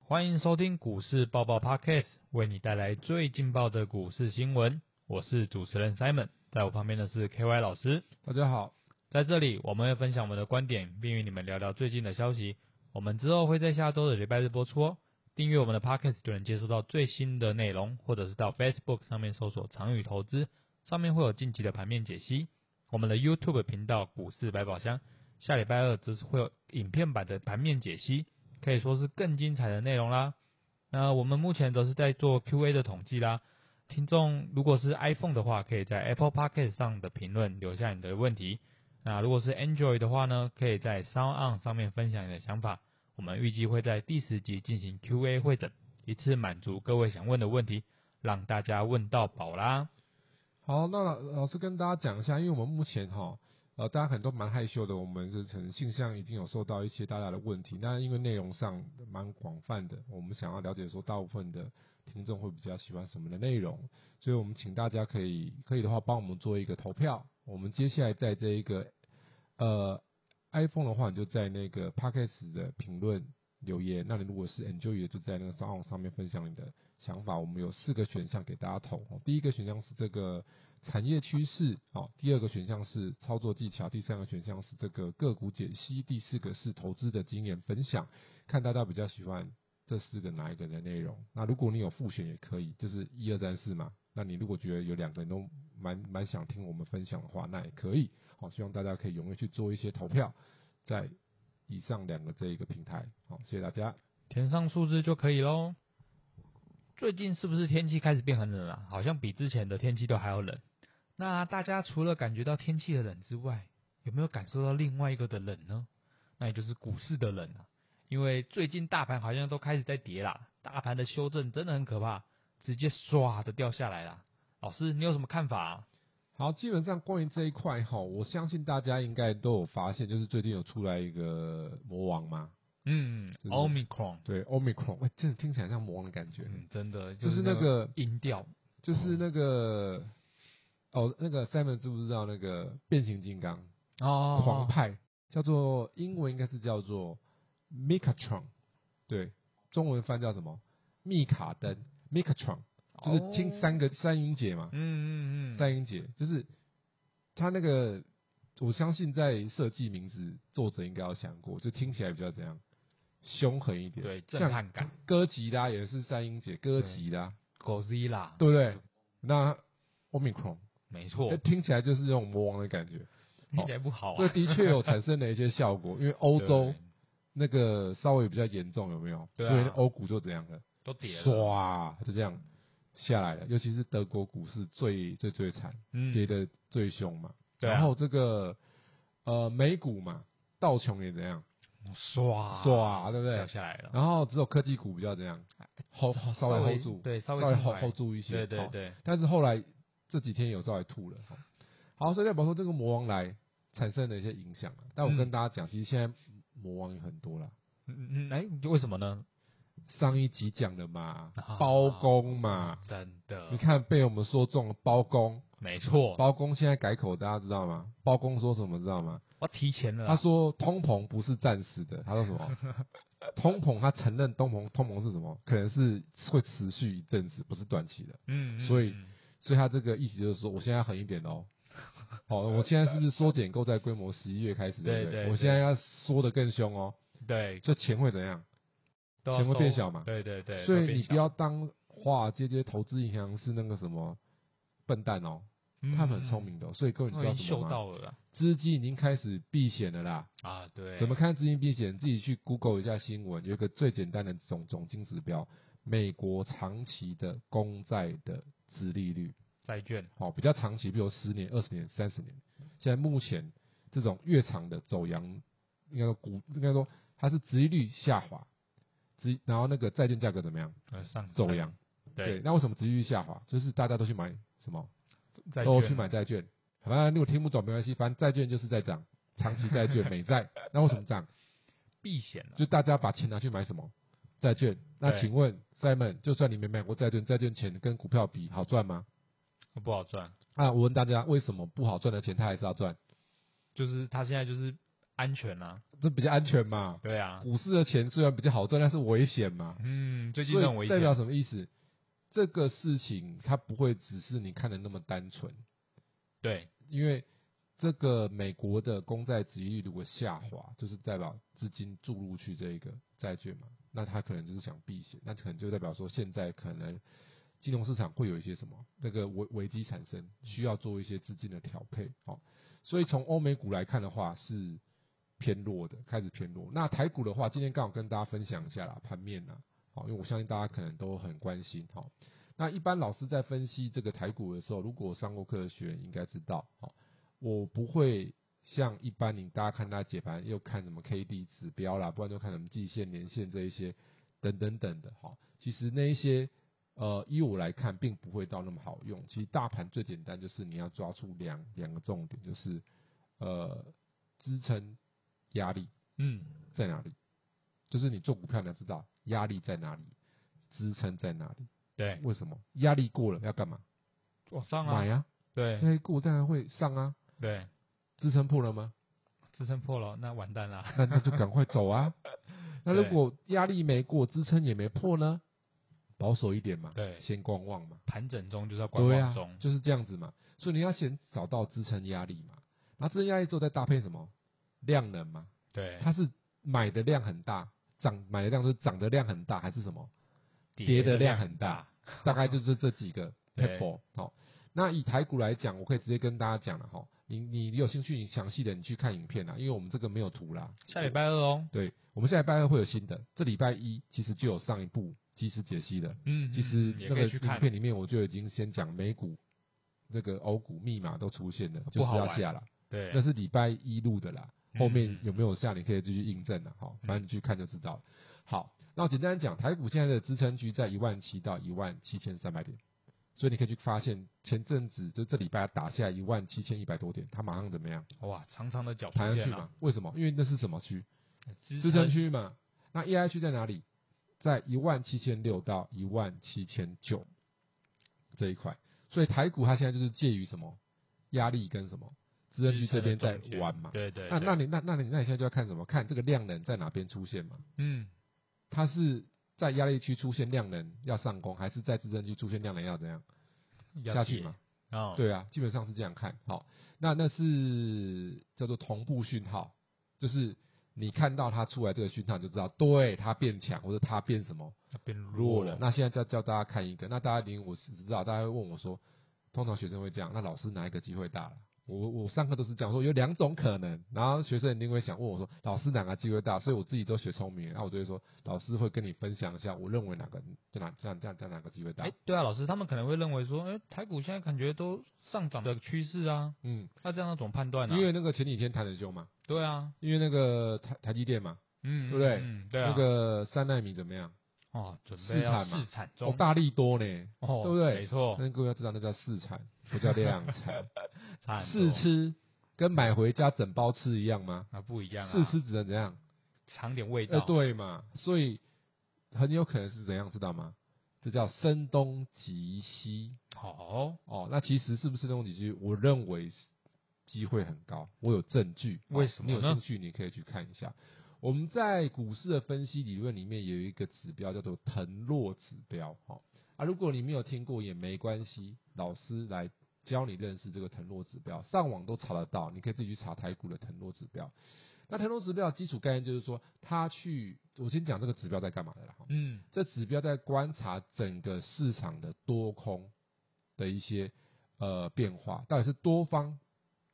欢迎收听股市爆爆 Podcast，为你带来最劲爆的股市新闻。我是主持人 Simon，在我旁边的是 KY 老师。大家好，在这里，我们会分享我们的观点，并与你们聊聊最近的消息。我们之后会在下周的礼拜日播出哦。订阅我们的 Podcast 就能接收到最新的内容，或者是到 Facebook 上面搜索“长宇投资”，上面会有近期的盘面解析。我们的 YouTube 频道“股市百宝箱”，下礼拜二则是会有影片版的盘面解析，可以说是更精彩的内容啦。那我们目前则是在做 Q&A 的统计啦。听众如果是 iPhone 的话，可以在 Apple Podcast 上的评论留下你的问题。那如果是 Android 的话呢，可以在 Sound On 上面分享你的想法。我们预计会在第十集进行 Q&A 会诊，一次满足各位想问的问题，让大家问到饱啦。好，那老老师跟大家讲一下，因为我们目前哈，呃，大家可能都蛮害羞的，我们是可能信箱已经有受到一些大家的问题，那因为内容上蛮广泛的，我们想要了解说大部分的听众会比较喜欢什么的内容，所以我们请大家可以可以的话帮我们做一个投票，我们接下来在这一个呃 iPhone 的话，你就在那个 Podcast 的评论留言，那你如果是 Enjoy 的，就在那个 s o n 上面分享你的想法。我们有四个选项给大家投，哦第一个选项是这个产业趋势，哦，第二个选项是操作技巧，第三个选项是这个个股解析，第四个是投资的经验分享，看大家比较喜欢这四个哪一个的内容。那如果你有复选也可以，就是一二三四嘛。那你如果觉得有两个人都蛮蛮想听我们分享的话，那也可以。好、希望大家可以踊跃去做一些投票，在以上两个这一个平台。好、谢谢大家。填上数字就可以喽。最近是不是天气开始变很冷啊？好像比之前的天气都还要冷。那大家除了感觉到天气的冷之外，有没有感受到另外一个的冷呢？那也就是股市的冷啊。因为最近大盘好像都开始在跌啦，大盘的修正真的很可怕，直接唰的掉下来啦。老师，你有什么看法、啊？好，基本上关于这一块哈，我相信大家应该都有发现，就是最近有出来一个魔王嘛，嗯就是，Omicron，对，Omicron，哎、真的听起来像魔王的感觉，嗯，真的就是那那个音调，就是那个哦，那个 Simon 知不知道那个变形金刚哦，狂派叫做英文应该是叫做 Micatron，对，中文翻叫什么？密卡登 Micatron，就是听三个、三音节嘛，哦嗯嗯嗯，三英姐，就是他那个，我相信在设计名字，作者应该有想过，就听起来比较怎样凶狠一点。对震像撼感哥吉拉也是三英姐，哥吉拉， Godzilla，对不对？那 Omicron，没错哎，听起来就是那种魔王的感觉。听起来不好这啊。的确有产生了一些效果， 因为欧洲那个稍微比较严重，有没有？对啊所以欧股就怎样了？都跌了，唰，就这样下来了。尤其是德国股市最最最惨。嗯，跌的最凶嘛。对啊然后这个呃美股嘛，道琼也怎样唰唰，对不掉对？下来了，然后只有科技股比较怎样，hold 稍微 hold 住，对，啊稍稍微微轻 hold 快 hold 住一对些。对哦。对，但是后来这几天有稍微吐了。哦好，所以代表说这个魔王来产生了一些影响啊。但我嗯跟大家讲，其实现在魔王有很多啦。嗯嗯，哎，为什么呢？上一集讲的嘛啊，包公嘛，真的你，看被我们说中了包公，没错，包公现在改口，大家知道吗？包公说什么知道吗？我提前了他啊，说通膨不是暂时 的，他说什么？ 通膨，他承认通膨，通膨是什么？可能是会持续一阵子，不是短期的。嗯，嗯所以嗯所以他这个意思就是说，我现在要狠一 点哦。好，我现在是不是缩减购债规模？十一月开始，对不对我现在要缩得更凶哦，对，这钱会怎样？都要钱会收变小嘛对对对，所都以变你小嗯不要当华尔街这些投资银行是那个什么笨蛋哦，嗯他们很嗯聪明的哦、所以各位你都知道已什经么嗅吗？到了啦资金已经开始避险了啦。啊，对，怎么看资金避险？自己去 Google 一下新闻，有一个最简单的总总金指标，美国长期的公债的殖利率，债券？好、比较长期，比如十年、二十年、三十年。现在目前这种越长的走阳，应该说股，应该说它是殖利率下滑，殖然后那个债券价格怎么样呃，上走阳？对，那为什么殖利率下滑？就是大家都去买什么？债都券去买债券。反正如果听不懂没关系，反正债券就是在涨，长期债 券、美债，那为什么涨？避险啊了，就大家把钱拿去买什么债券？那对请问 Simon，就算你没买过债券，债券钱跟股票比好赚吗？不好赚。啊，我问大家，为什么不好赚的钱他还是要赚？就是他现在就是安全啊，这比较安全嘛。对啊，股市的钱虽然比较好赚，但是危险嘛。嗯，最近所以很危代表险，什么意思？这个事情它不会只是你看的那么单纯，对，因为这个美国的公债殖利率如果下滑，就是代表资金注入去这一个债券嘛，那他可能就是想避险，那可能就代表说现在可能金融市场会有一些什么那个危危机产生，需要做一些资金的调配。好、所以从欧美股来看的话是偏弱的，开始偏弱。那台股的话，今天刚好跟大家分享一下啦，盘面啦，好、因为我相信大家可能都很关心。哦好、那一般老师在分析这个台股的时候，如果上过课的学员应该知道，好、我不会像一般你大家看他解盘，又看什么 K D 指标啦，不然就看什么季线、年线这一些等等等的哈。其实那一些呃，依我来看，并不会到那么好用。其实大盘最简单就是你要抓出两两个重点，就是呃支撑压力嗯，在哪里，就是你做股票你要知道压力在哪里，支撑在哪里。对，为什么压力过了要干嘛？往上买啊，啊，对压力过当然会上啊，对，支撑破了吗？支撑破了，那完蛋啦，那那就赶快走啊。 那如对果压力没过，支撑也没破呢，保守一点嘛，对先观望嘛，盘整中就是要观对望啊中，，就是这样子嘛。所以你要先找到支撑压力嘛，然后支撑压力之后再搭配什么量能嘛，对，它是买的量很大，涨买的量就是涨的量很大，还是什么跌的量很很大，大概就是这几个 p 对 e b l 好，那以台股来讲，我可以直接跟大家讲了哈。你你有兴趣，你详细的你去看影片啊啦，因为我们这个没有图啦。下礼拜二哦，对，我们下礼拜二会有新的，这礼拜一其实就有上一部即时解析的。嗯，其实嗯也那可个以去影看，片里面我就已经先讲美股、那个欧股密码都出现了，就是好要玩下啦。对，那是礼拜一录的啦，嗯后面有没有下你可以继续印证了。好，嗯反正你去看就知道了。好，那我简单讲，台股现在的支撑区在一万七到一万七千三百点，所以你可以去发现前阵子就这礼拜打下一万七千一百多点，它马上怎么样哇，长长的脚出弹上现去了嘛，？为什么？因为那是什么区？支支撑区嘛。那 AI 区在哪里？在一万七千六到一万七千九这一块。所以台股它现在就是介于什么压力跟什么支撑区这边在玩嘛。对对，那对啊那你那那你那你现在就要看什么？看这个量能在哪边出现嘛？嗯，它是在压力区出现量能要上攻，还是在支撑区出现量能要怎样要下去解嘛？哦，对啊，基本上是这样看。好，那那是叫做同步讯号，就是你看到它出来这个讯号，你就知道对它变强或者它变什么要变弱弱了。那现在教教大家看一个，那大家零我是知道，大家会问我说，通常学生会这样，那老师哪一个机会大了？我我上课都是讲说有两种可能，然后学生一定会想问我说，老师哪个机会大？所以我自己都学聪明了，然后我就会说，老师会跟你分享一下，我认为哪个在哪这样这样这样哪个机会大哎。，对啊，老师，他们可能会认为说，哎，台股现在感觉都上涨的趋势啊，嗯，那这样要怎么判断呢？因为那个前几天谈很凶嘛，对啊，因为那个台台积电嘛，嗯，对不对嗯，对啊，那个三纳米怎么样？哦，准备试要产嘛试产哦中，，大力多呢，哦，对不对嗯没错，那各位要知道那叫试产，不叫量产。差 很试多吃跟买回家整包吃一样吗？啊不一样啊，试吃只能怎样？尝点味呃，道，对嘛，所以很有可能是怎样，知道吗？这叫声东击西好，哦。那其实是不是声东击西？我认为是机会很高，我有证据。哦为什么你有呢兴趣，你可以去看一下。我们在股市的分析理论里面有一个指标叫做腾落指标，哈、啊，如果你没有听过也没关系，老师来教你认识这个腾落指标，上网都查得到，你可以自己去查台股的腾落指标。那腾落指标的基础概念就是说，它去，我先讲这个指标在干嘛的啦，哈哦嗯，这指标在观察整个市场的多空的一些呃变化，到底是多方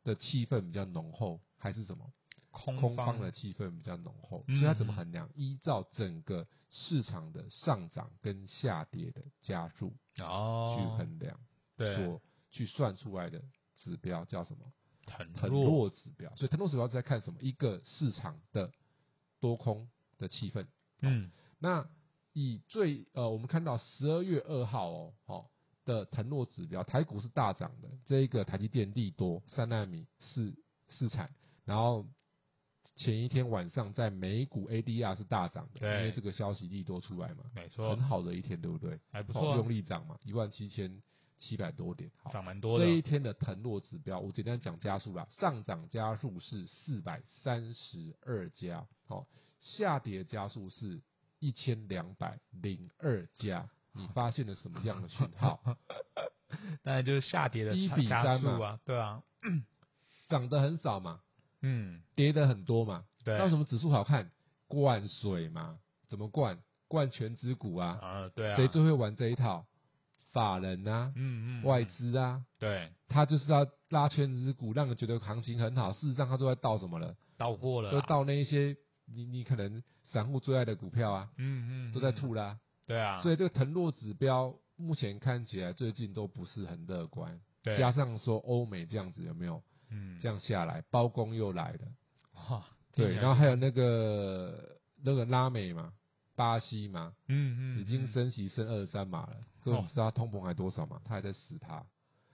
的气氛比较浓厚，还是什么空空方方的气氛比较浓厚？嗯所以它怎么衡量？依照整个市场的上涨跟下跌的加速去哦，衡量，对，所去算出来的指标叫什么？腾腾落，落指标。所以腾落指标是在看什么？一个市场的多空的气氛。嗯，那以最呃，我们看到十二月二号哦，哦的腾落指标，台股是大涨的，这一个台积电利多三纳米四四产，然后前一天晚上在美股 ADR 是大涨的，对因为这个消息利多出来嘛，没错很，好的一天，对不对？还不哦错啊，用力涨嘛，一万七千七百多点，好，涨蛮多的这。一天的腾落指标，我简单讲家数啦，上涨家数是四百三十二家，好、下跌家数是一千两百零二家。你嗯发现了什么样的讯号？ 当然就是下跌的一差比加三嘛速啊，对啊，涨得很少嘛，嗯，跌得很多嘛，对那为什么指数好看？灌水嘛，怎么灌？灌全指股啊，啊，对啊，谁最会玩这一套？法人啊，嗯嗯嗯外资啊，对他就是要拉全指股，让人觉得行情很好。事实上，他都在倒什么了？到货了啊都啦，倒那一些你你可能散户最爱的股票啊，嗯嗯，嗯都在，吐啦。对啊，所以这个腾落指标目前看起来最近都不是很乐观，对，加上说欧美这样子有没有？嗯这样下来，包工又来了。哇，对，听起来然后还有那个那个拉美嘛，巴西嘛，嗯嗯，已经嗯升息升二十三码了，可哦我们知道通膨还多少嘛，它还在死它。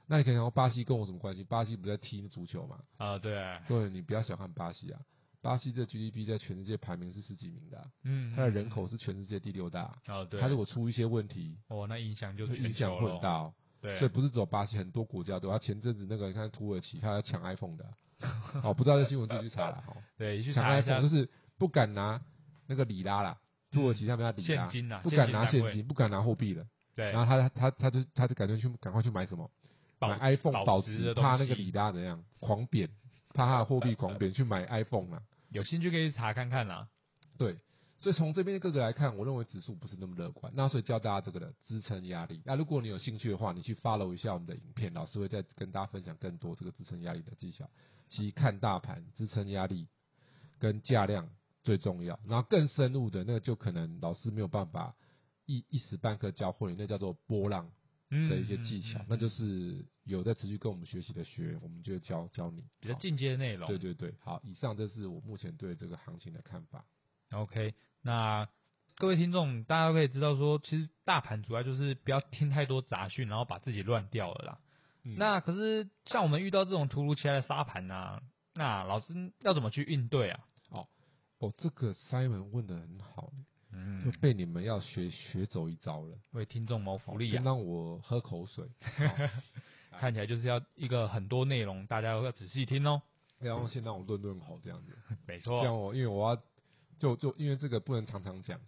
那你可以想说巴西跟我有什么关系？巴西不是在踢足球嘛？啊，对，对，你不要小看巴西啊，巴西的 GDP 在全世界排名是十几名的啊、嗯，它的嗯人，口是全世界第六大。哦，对，它如果出一些问题，哦，那影响就会影全响球会很了，大哦。对，所以不是只有巴西，很多国家都有。它前阵子那个，你看土耳其，它要 抢 iPhone 的啊，哦，不知道这新闻自己去查了哈。哦对，去抢查一下 iPhone 就是不敢拿那个里拉啦，土耳其他们要里嗯现拉，金啊，不敢拿现现单位，金，不敢拿货币了。对，然后他他他就他就赶快去赶快去买什么？保买 iPhone 保值的东怕那西个里拉怎样狂贬，怕他的货币狂贬，去买 iPhone 啦。有兴趣可以去查看看啦，对，所以从这边各个来看，我认为指数不是那么乐观。那所以教大家这个的支撑压力。那如果你有兴趣的话，你去 follow 一下我们的影片，老师会再跟大家分享更多这个支撑压力的技巧。其实看大盘支撑压力跟价量最重要，然后更深入的那个就可能老师没有办法一一时半刻教会你，那叫做波浪嗯，的一些嗯技巧，嗯那就嗯是有在持续跟我们学习的学员，我们就会教教你。比较好进阶哦的内容，对对对，好，以上这是我目前对这个行情的看法。 OK，那各位听众，大家都可以知道说，其实大盘主要就是不要听太多杂讯，然后把自己乱掉了啦。嗯那可是像我们遇到这种突如其来的沙盘呐、啊那老师要怎么去应对啊？哦，这个 Simon 问的很好，就嗯，被你们要学学走一招了。为听众谋福利先啊！让我喝口水，看起来就是要一个很多内容，大家要仔细听哦。然后先让我润润喉这样子。没这错，样我因为我要就就因为这个不能常常讲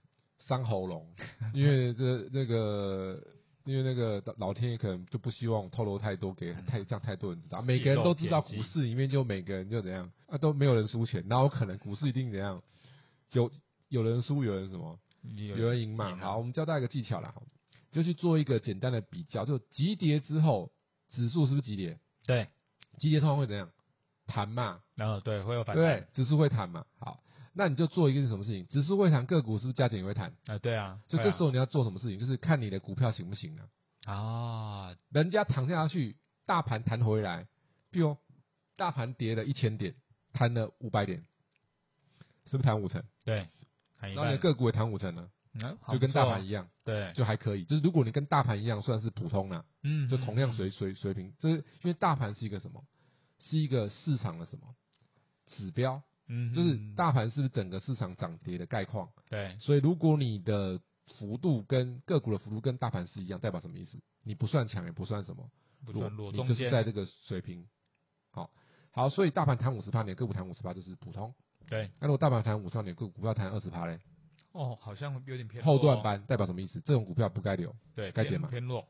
伤喉咙，因为这这个。因为那个老天爷可能就不希望我透露太多给太这样太多人知道，每个人都知道泄露股天机市里面就每个人就怎样啊都没有人输钱，那我可能股市一定怎样，有有人输有人什么，你有人赢嘛。好，我们教大家一个技巧啦，好就去做一个简单的比较，就急跌之后指数是不是急跌？对，急跌通常会怎样？弹嘛，然后对会有对反不弹对，指数会弹嘛。好，那你就做一个什么事情？指数会弹，个股是不是加减也会弹？啊、对啊，就会这时候你要做什么事情？就是看你的股票行不行啊。啊啊，人家躺下去，大盘弹回来，比如大盘跌了一千点，弹了五百点，是不是弹五成？对，看一然后你的半，个股也弹五成呢，嗯好就跟大不错盘一样。对，就还可以。就是如果你跟大盘一样，算是普通啦，嗯，就同样嗯水水水平。这是因为大盘是一个什么？是一个市场的什么指标？嗯，就是嗯大盘是不是整个市场涨跌的概况？对，所以如果你的幅度跟个股的幅度跟大盘是一样，代表什么意思？你不算强，也不算什么不算弱，你中就是间在这个水平。好，好，所以大盘弹五十趴，你的个股弹五十趴就是普通。对那如果大盘弹五十趴，你的个股股票弹二十趴嘞，哦，好像有点偏弱后哦段班代表什么意思？这种股票不该留。对该偏减嘛偏弱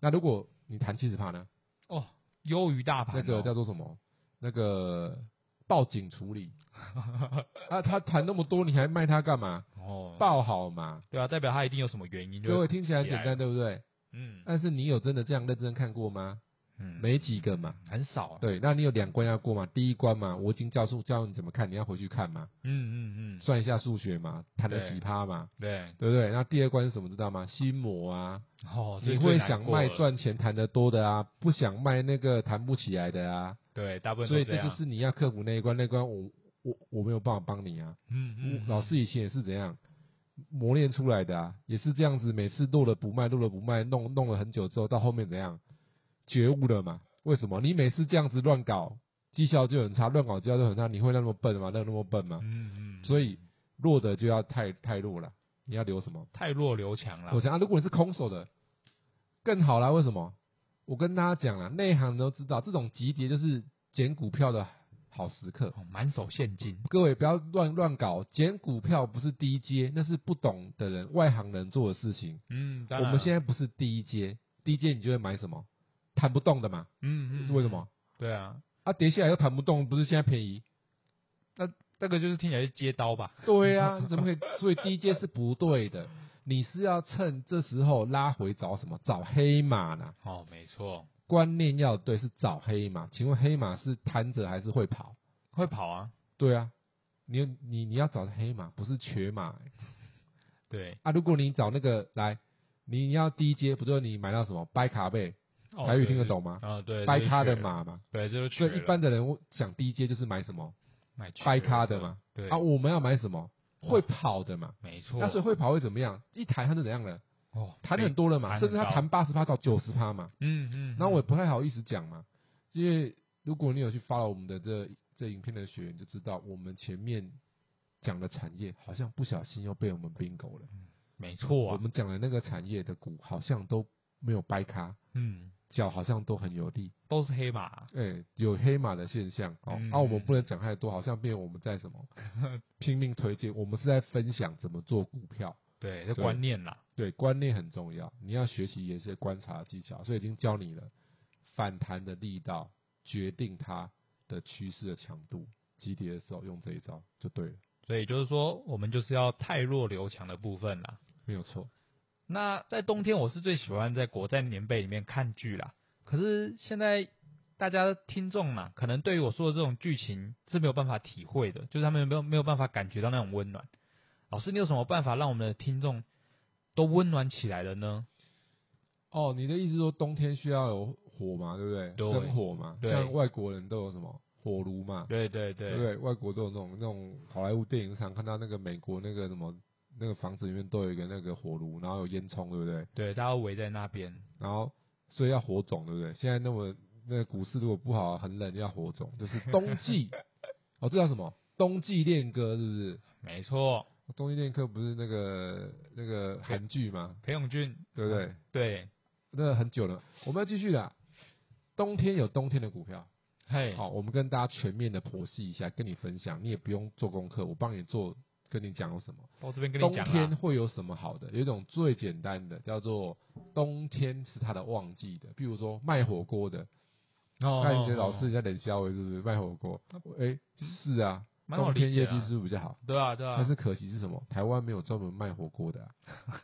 那如果你弹七十趴呢？哦，优于大盘那个哦叫做什么？那个报警 处理啊，他谈那么多，你还卖他干嘛？哦，报好嘛，对啊，代表它一定有什么原因，各就位会听起来很简起来单，对不对？嗯但是你有真的这样认真看过吗？嗯没几个嘛。很少啊，对，那你有两关要过嘛？第一关嘛，我已经教授教你怎么看，你要回去看嘛，嗯嗯嗯，算一下数学嘛，谈了对几趴嘛，对对不对？那第二关是什么？知道吗？心魔啊，哦，这你最会难想过卖了，赚钱谈得多的啊，不想卖那个谈不起来的啊，对，大部分所以都这这就样是你要克服那一关，那一关我我我没有办法帮你啊。嗯嗯老师以前也是怎样磨练出来的啊，也是这样子，每次落了不卖，落了不卖，弄弄了很久之后，到后面怎样觉悟了嘛？为什么你每次这样子乱搞，绩效就很差，乱搞绩效就很差，你会那么笨吗？那那么笨吗？嗯嗯，嗯所以弱的就要太太弱了，你要留什么？太弱留强了我，想啊，如果你是空手的，更好啦。为什么？我跟大家讲啦，内行都知道，这种急跌就是捡股票的好时刻。哦满手现金，各位不要乱乱搞，捡股票不是低阶，那是不懂的人、外行人做的事情。嗯，当我然们现了在不是低阶，低阶你就会买什么弹不动的嘛？嗯嗯是为什么？对啊，啊，跌下来又弹不动，不是现在便宜？这个就是听起来是接刀吧？对呀、你怎么可以？所以低阶是不对的，你是要趁这时候拉回找什么？找黑马呢？哦，没错，观念要对，是找黑马。请问黑马是瘫着还是会跑？会跑啊，对啊，你你你要找黑马，不是瘸马、对，啊。如果你找那个来，你要低阶，不就是你买到什么掰卡贝？哦台语对听得对懂吗啊，对，掰这就咖的瘸了，马嘛。对，这就所瘸以一了般的人我想低阶就是买什么买瘸掰了咖的，嘛。对啊，，我们要买什么会跑的嘛。没错，那所以会跑会怎么样？一弹它就怎样了？哦，弹没很多了嘛，弹甚很至它高弹八十趴到九十趴嘛。嗯嗯，那我也嗯不太好意思讲嘛，因为如果你有去 follow 我们的这这影片的学员，就知道我们前面讲的产业好像不小心又被我们 bingo 了。没错我啊，们讲的那个产业的股好像都没有掰咖，嗯，脚好像都很有力，都是黑马，哎、有黑马的现象哦。嗯啊，我们不能讲太多，好像变我们在 什么拼命推荐，我们是在分享怎么做股票。对，这对观念啦，对，观念很重要，你要学习也是观察技巧，所以已经教你了反弹的力道决定它的趋势的强度，急跌的时候用这一招就对了，所以就是说，我们就是要太弱留强的部分啦。没有错。那在冬天，我是最喜欢在国债棉被里面看剧啦。可是现在大家听众嘛，可能对于我说的这种剧情是没有办法体会的，就是他们没有没有办法感觉到那种温暖。老师，你有什么办法让我们的听众都温暖起来了呢？哦，你的意思说冬天需要有火嘛，对不对？对生火嘛，对像外国人都有什么火炉嘛，对对对不，对？外国都有那种那种好莱坞电影上看到那个美国那个什么那个房子里面都有一个那个火炉，然后有烟囱，对不对？对，大家围在那边，然后所以要火种，对不对？现在那么那个股市如果不好，很冷，要火种，就是冬 季哦，这叫什么？冬季恋歌是不是？没错。冬季恋歌不是那个那个韩剧吗？裴勇俊，对不啊对？对，那个很久了，我们要继续啦。冬天有冬天的股票，嘿，好，我们跟大家全面的剖析一下，跟你分享，你也不用做功课，我帮你做，跟你讲有什么。我这边跟冬你讲啊天啦，会有什么好的？有一种最简单的叫做冬天是它的旺季的，比如说卖火锅的，哦那你觉得老师人家冷消维是不是卖火锅？哎、是啊，蛮好冬天理解业啊绩是不是比较好？对啊对啊但，是可惜是什么？台湾没有专门卖火锅的、 啊，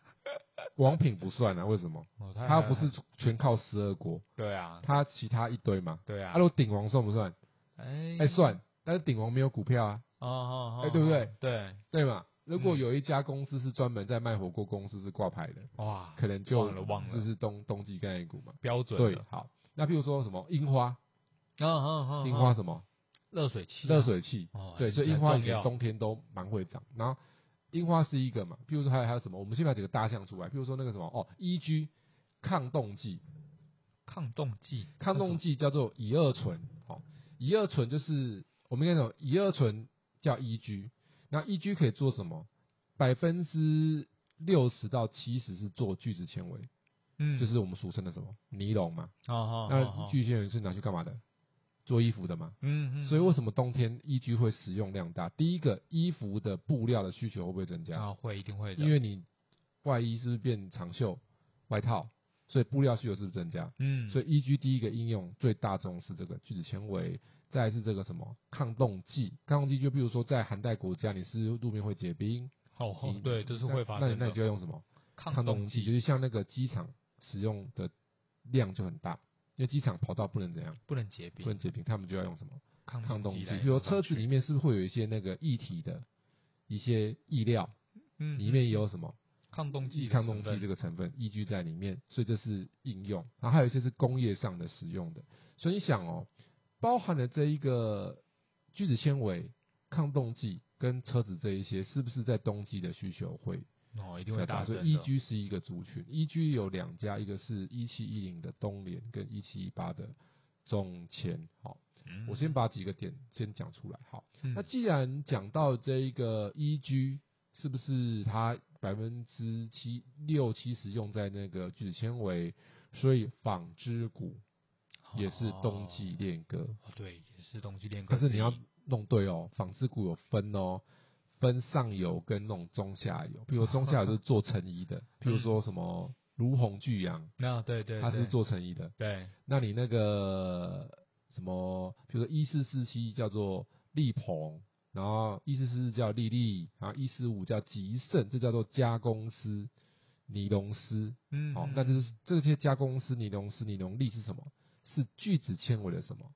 王品不算啊？为什么？哦它不是全靠十二国，对啊它其他一堆嘛。对啊，阿罗鼎王算不算？哎哎、算，但是鼎王没有股票啊，哦哦，哦哎对不对？对，对嘛？如果嗯有一家公司是专门在卖火锅公司是挂牌的，哇，可能就忘了忘了啊就是冬冬季概念股嘛。标准对的，，好，那譬如说什么樱花，嗯嗯嗯，樱嗯花什么热水器啊，热水器，哦，对，所以很樱花以重前要冬天都蛮会长。然后樱花是一个嘛，譬如说还有还有什么，我们先把几个大项出来，譬如说那个什么哦，EG 抗冻剂，抗冻剂，抗冻剂叫做乙二醇，好、乙二醇就是我们应该讲乙二醇叫 EG，那 EG 可以做什么？百分之六十到七十是做聚酯纤维，嗯，就是我们俗称的什么尼龙嘛。哦哦，那具，聚酯纤维是拿去干嘛的？做衣服的嘛。嗯嗯，所以为什么冬天衣居会使用量大？第一个，衣服的布料的需求会不会增加？啊会一定会的，因为你外衣是不是变长袖、外套，所以布料需求是不是增加？嗯，所以以衣居第一个应用最大众是这个聚酯纤维，再来是这个什么抗冻剂。抗冻剂就比如说在寒带国家，你是路面会结冰，哦你哦对，这是会发生那那的，你那你就要用什么抗冻冻剂？就是像那个机场使用的量就很大，因为机场跑道不能怎样，不能结不能冰，结冰，他们就要用什么？抗抗冻剂剂来，比如用车上子去，里面是不是会有一些那个液体的一些液料，嗯，里面嗯也有什么抗冻剂的抗成冻剂分这个成分依据在里面，所以这是应用。然后还有一些是工业上的使用的，所以你想哦，包含了这一个聚酯纤维、抗冻剂跟车子这一些，是不是在冬季的需求会哦一比定较会大？大所声以依的居是一个族群，依居有两家，一个是一七一零的东联跟一七一八的中签。好，嗯我先把几个点先讲出来。好。嗯那既然讲到这一个 EG，是不是它百分之七六七十用在那个聚酯纤维，所以纺织股也是冬季恋歌。哦，对，也哦是冬季恋歌可之一。是你要弄对哦，纺织股有分哦，分上游跟那种中下游。比如中下游是做成 衣的，譬如说什么如虹巨阳，那啊对对，它是对做成衣的。对那你那个什么，比如说一四四七叫做力鹏，然后一四四叫丽丽，然后一四五叫吉盛，这叫做加工丝、尼龙丝。嗯，好、嗯那这是这些加工丝、尼龙丝、尼龙粒是什么？是聚酯纤维的什么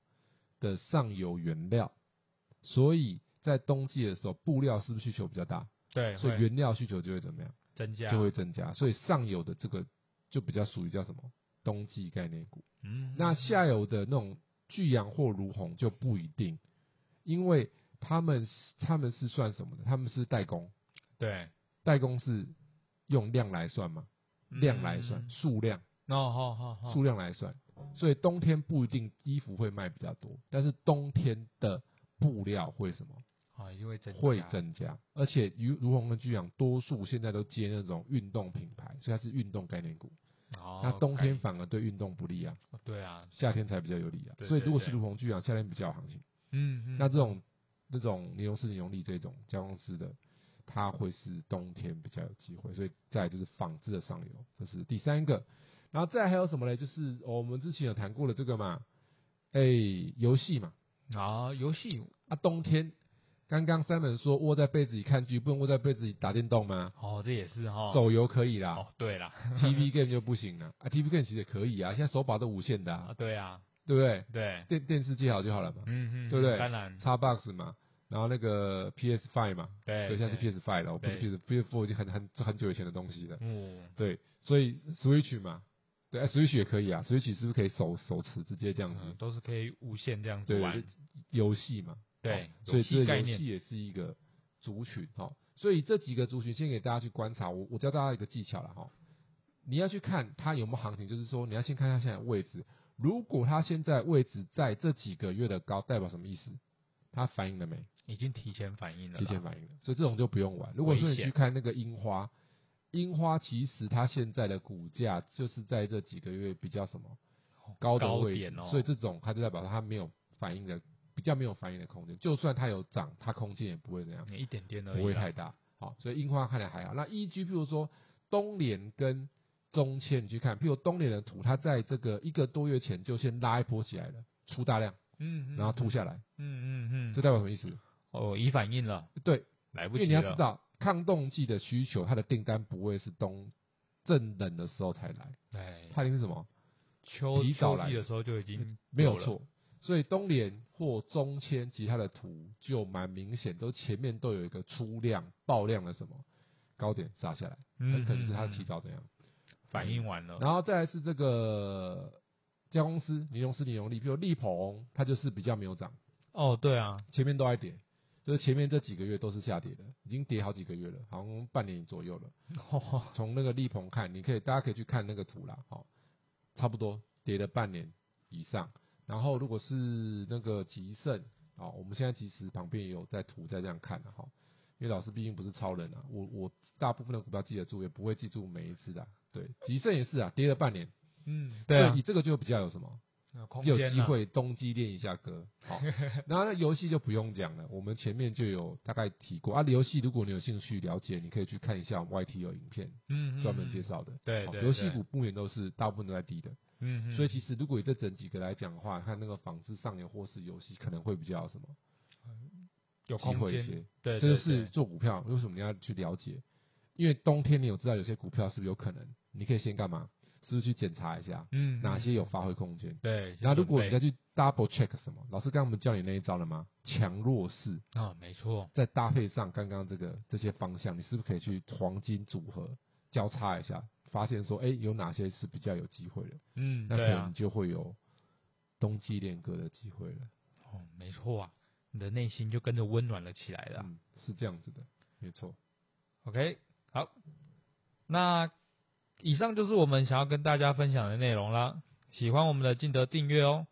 的上游原料，所以在冬季的时候，布料是不是需求比较大？对所以会啊原料需求就会怎么样？增加就会增加，所以上游的这个就比较属于叫什么冬季概念股。嗯，那下游的那种巨阳或如虹就不一定，因为他们是他们是算什么呢？他们是代工，对代工是用量来算嘛，量来算，，数量嗯哦好好好，数量来算，所以冬天不一定衣服会卖比较多，但是冬天的布料会什么？啊，因为增加会增加，而且如如虹跟巨阳多数现在都接那种运动品牌，所以它是运动概念股。哦，那冬天改反而对运动不利啊，对啊，夏天才比较有利啊。对所以如果对是如虹巨阳，夏天比较有行情。嗯嗯，那这种那种尼龙丝、尼龙粒这种加工丝的，它会是冬天比较有机会，所以再来就是纺织的上游，这是第三个。然后再来还有什么嘞？就是、哦我们之前有谈过的这个嘛，哎、游戏嘛，啊游戏啊，冬天刚刚三本说窝在被子里看剧，不能窝在被子里打电动吗？哦这也是哈，手游可以啦哦对啦，TV game 就不行了啊，TV game 其实也可以啊，现在手把都无线的、啊啊，对啊对不对？对，电电视接好就好了嘛嗯嗯，对不对当然，Xbox 嘛，然后那个 PS Five 嘛，对，对，现在是 PS Five 了，我不是对 PS PS Four 已经很很很久以前的东西了。嗯对，所以 Switch 嘛，对、哎 s w i t c h 也可以啊，Switch 是不是可以手手持直接这样嗯子都是可以无限这样子对玩，游戏嘛？对，哦所以游这戏个概游念戏也是一个族群哈、哦。所以这几个族群先给大家去观察，我我教大家一个技巧了哈、哦，你要去看它有没有行情，就是说你要先看它现在的位置，如果它现在位置在这几个月的高，代表什么意思？它反应了没？已经提前反应了啦，提前反应了，所以这种就不用玩。如果说你危险去看那个樱花，樱花其实它现在的股价就是在这几个月比较什么高的高位置点，哦，所以这种它就代表它没有反应的，比较没有反应的空间。就算它有涨，它空间也不会怎样，一点点而已啦，不会太大。好，所以樱花看来还好。那 E G，譬如说东联跟中线，你去看，譬如东联的图，它在这个一个多月前就先拉一波起来了，出大量，嗯，嗯然后吐下来，嗯嗯嗯，这代表什么意思？哦已反应了，对，来不啊因及为了，你要知道，抗冻剂的需求，它的订单不会是冬正冷的时候才来，哎，它一定是什么？秋提早秋来嗯季的时候就已经没有了，错。所以东联或中签其他的图就蛮明显，都前面都有一个出量爆量的什么高点杀下来，很嗯，可能是它嗯嗯提早嗯怎样。反应完了，然后再来是这个加工司、尼龙丝、尼龙粒，比如力鹏，它就是比较没有涨，哦对啊，前面都在跌，就是前面这几个月都是下跌的，已经跌好几个月了，好像半年左右了。 哦从那个力鹏看，你可以大家可以去看那个图啦，好、差不多跌了半年以上。然后如果是那个吉盛，哦，我们现在其实旁边也有在图在这样看的、哈、因为老师毕竟不是超人啊，我我大部分的股票记得住，也不会记住每一次的啊。对，吉盛也是啊，跌了半年，嗯，对啊所以，你这个就比较有什么，有空有间啊机会冬季练一下歌。 好，然后那游戏就不用讲了，我们前面就有大概提过啊。游戏如果你有兴趣了解，你可以去看一下我们 YT 有影片，嗯，嗯专门介，绍的。对好对哦游戏对股目前都是大部分都在低的，嗯嗯，所以其实如果以这整几个来讲的话，看那个纺织上游或是游戏，可能会比较有什么有机空会一间，些。对，这就对是做股票为什么你要去了解，因为冬天你有知道有些股票是不是有可能，你可以先干嘛？是不是去检查一下嗯哪些有发挥空间？对，那如果你嗯准再备去 double check 什么，老师刚刚我们教你那一招了吗？强弱势啊，没错，再搭配上刚刚这个这些方向，你是不是可以去黄金组合交叉一下，发现说，哎、有哪些是比较有机会的？嗯，那可对能啊你，就会有冬季恋歌的机会了。哦，没错啊，你的内心就跟着温暖了起来了。嗯，是这样子的，没错。 OK，好，那以上就是我们想要跟大家分享的内容啦。喜欢我们的记得订阅哦。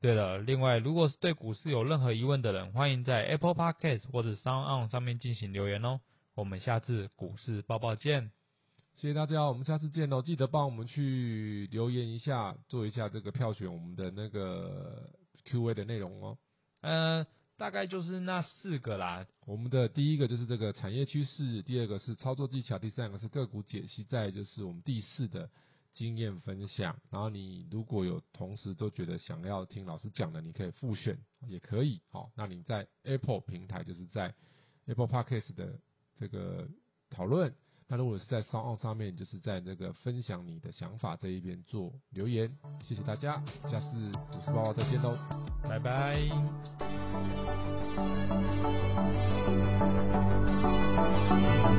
对了，另外如果是对股市有任何疑问的人，欢迎在 Apple Podcast 或者 Sound On 上面进行留言哦。我们下次股市报报见。谢谢大家，我们下次见喽！记得帮我们去留言一下，做一下这个票选我们的那个 Q&A 的内容哦。嗯、大概就是那四个啦。我们的第一个就是这个产业趋势，第二个是操作技巧，第三个是个股解析，再来就是我们第四的经验分享。然后你如果有同时都觉得想要听老师讲的，你可以复选也可以。好，那你在 Apple 平台就是在 Apple Podcast 的这个讨论。那如果是在 s o u n 上面，就是在那个分享你的想法这一边做留言。谢谢大家，下次股市报告再见喽。拜拜。 Thank